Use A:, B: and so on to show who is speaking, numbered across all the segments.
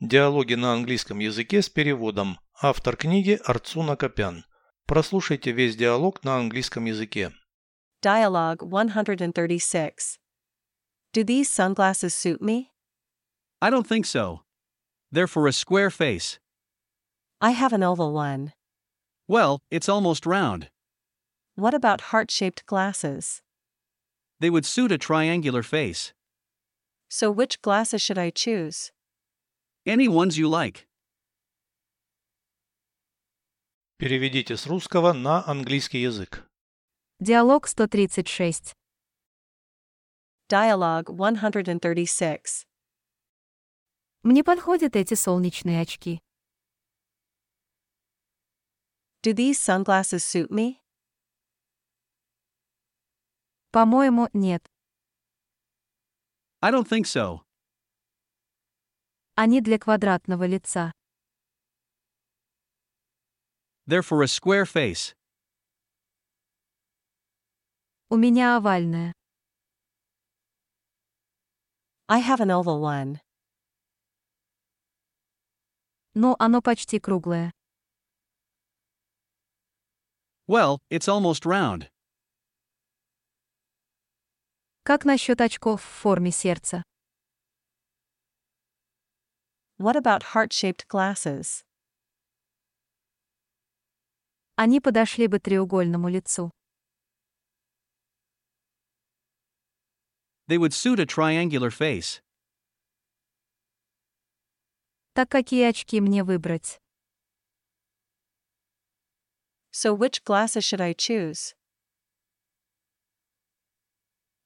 A: Диалоги на английском языке с переводом. Автор книги Арцуна Копян. Прослушайте весь диалог на английском языке.
B: Dialogue 136. Do these sunglasses suit me?
C: I don't think so. They're for a square face.
B: I have an oval one.
C: Well, it's almost round.
B: What about heart shaped glasses?
C: They would suit a triangular face.
B: So, which glasses should I choose?
C: Any ones you like.
A: Переведите с русского на английский язык.
D: Диалог 136.
B: Dialogue 136.
D: Мне подходят эти солнечные очки.
B: Do these sunglasses suit me?
D: По-моему, нет.
C: I don't think so.
D: Они для квадратного лица.
C: They're for a square face.
D: У меня овальное.
B: I have an oval one.
D: Но оно почти круглое.
C: Well, it's almost round.
D: Как насчет очков в форме сердца?
B: What about heart shaped glasses?
D: Они подошли бы треугольному лицу.
C: They would suit a triangular face.
D: Так какие очки мне выбрать?
B: So, which glasses should I choose?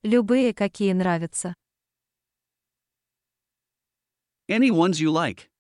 D: Любые, какие нравятся.
C: Any ones you like.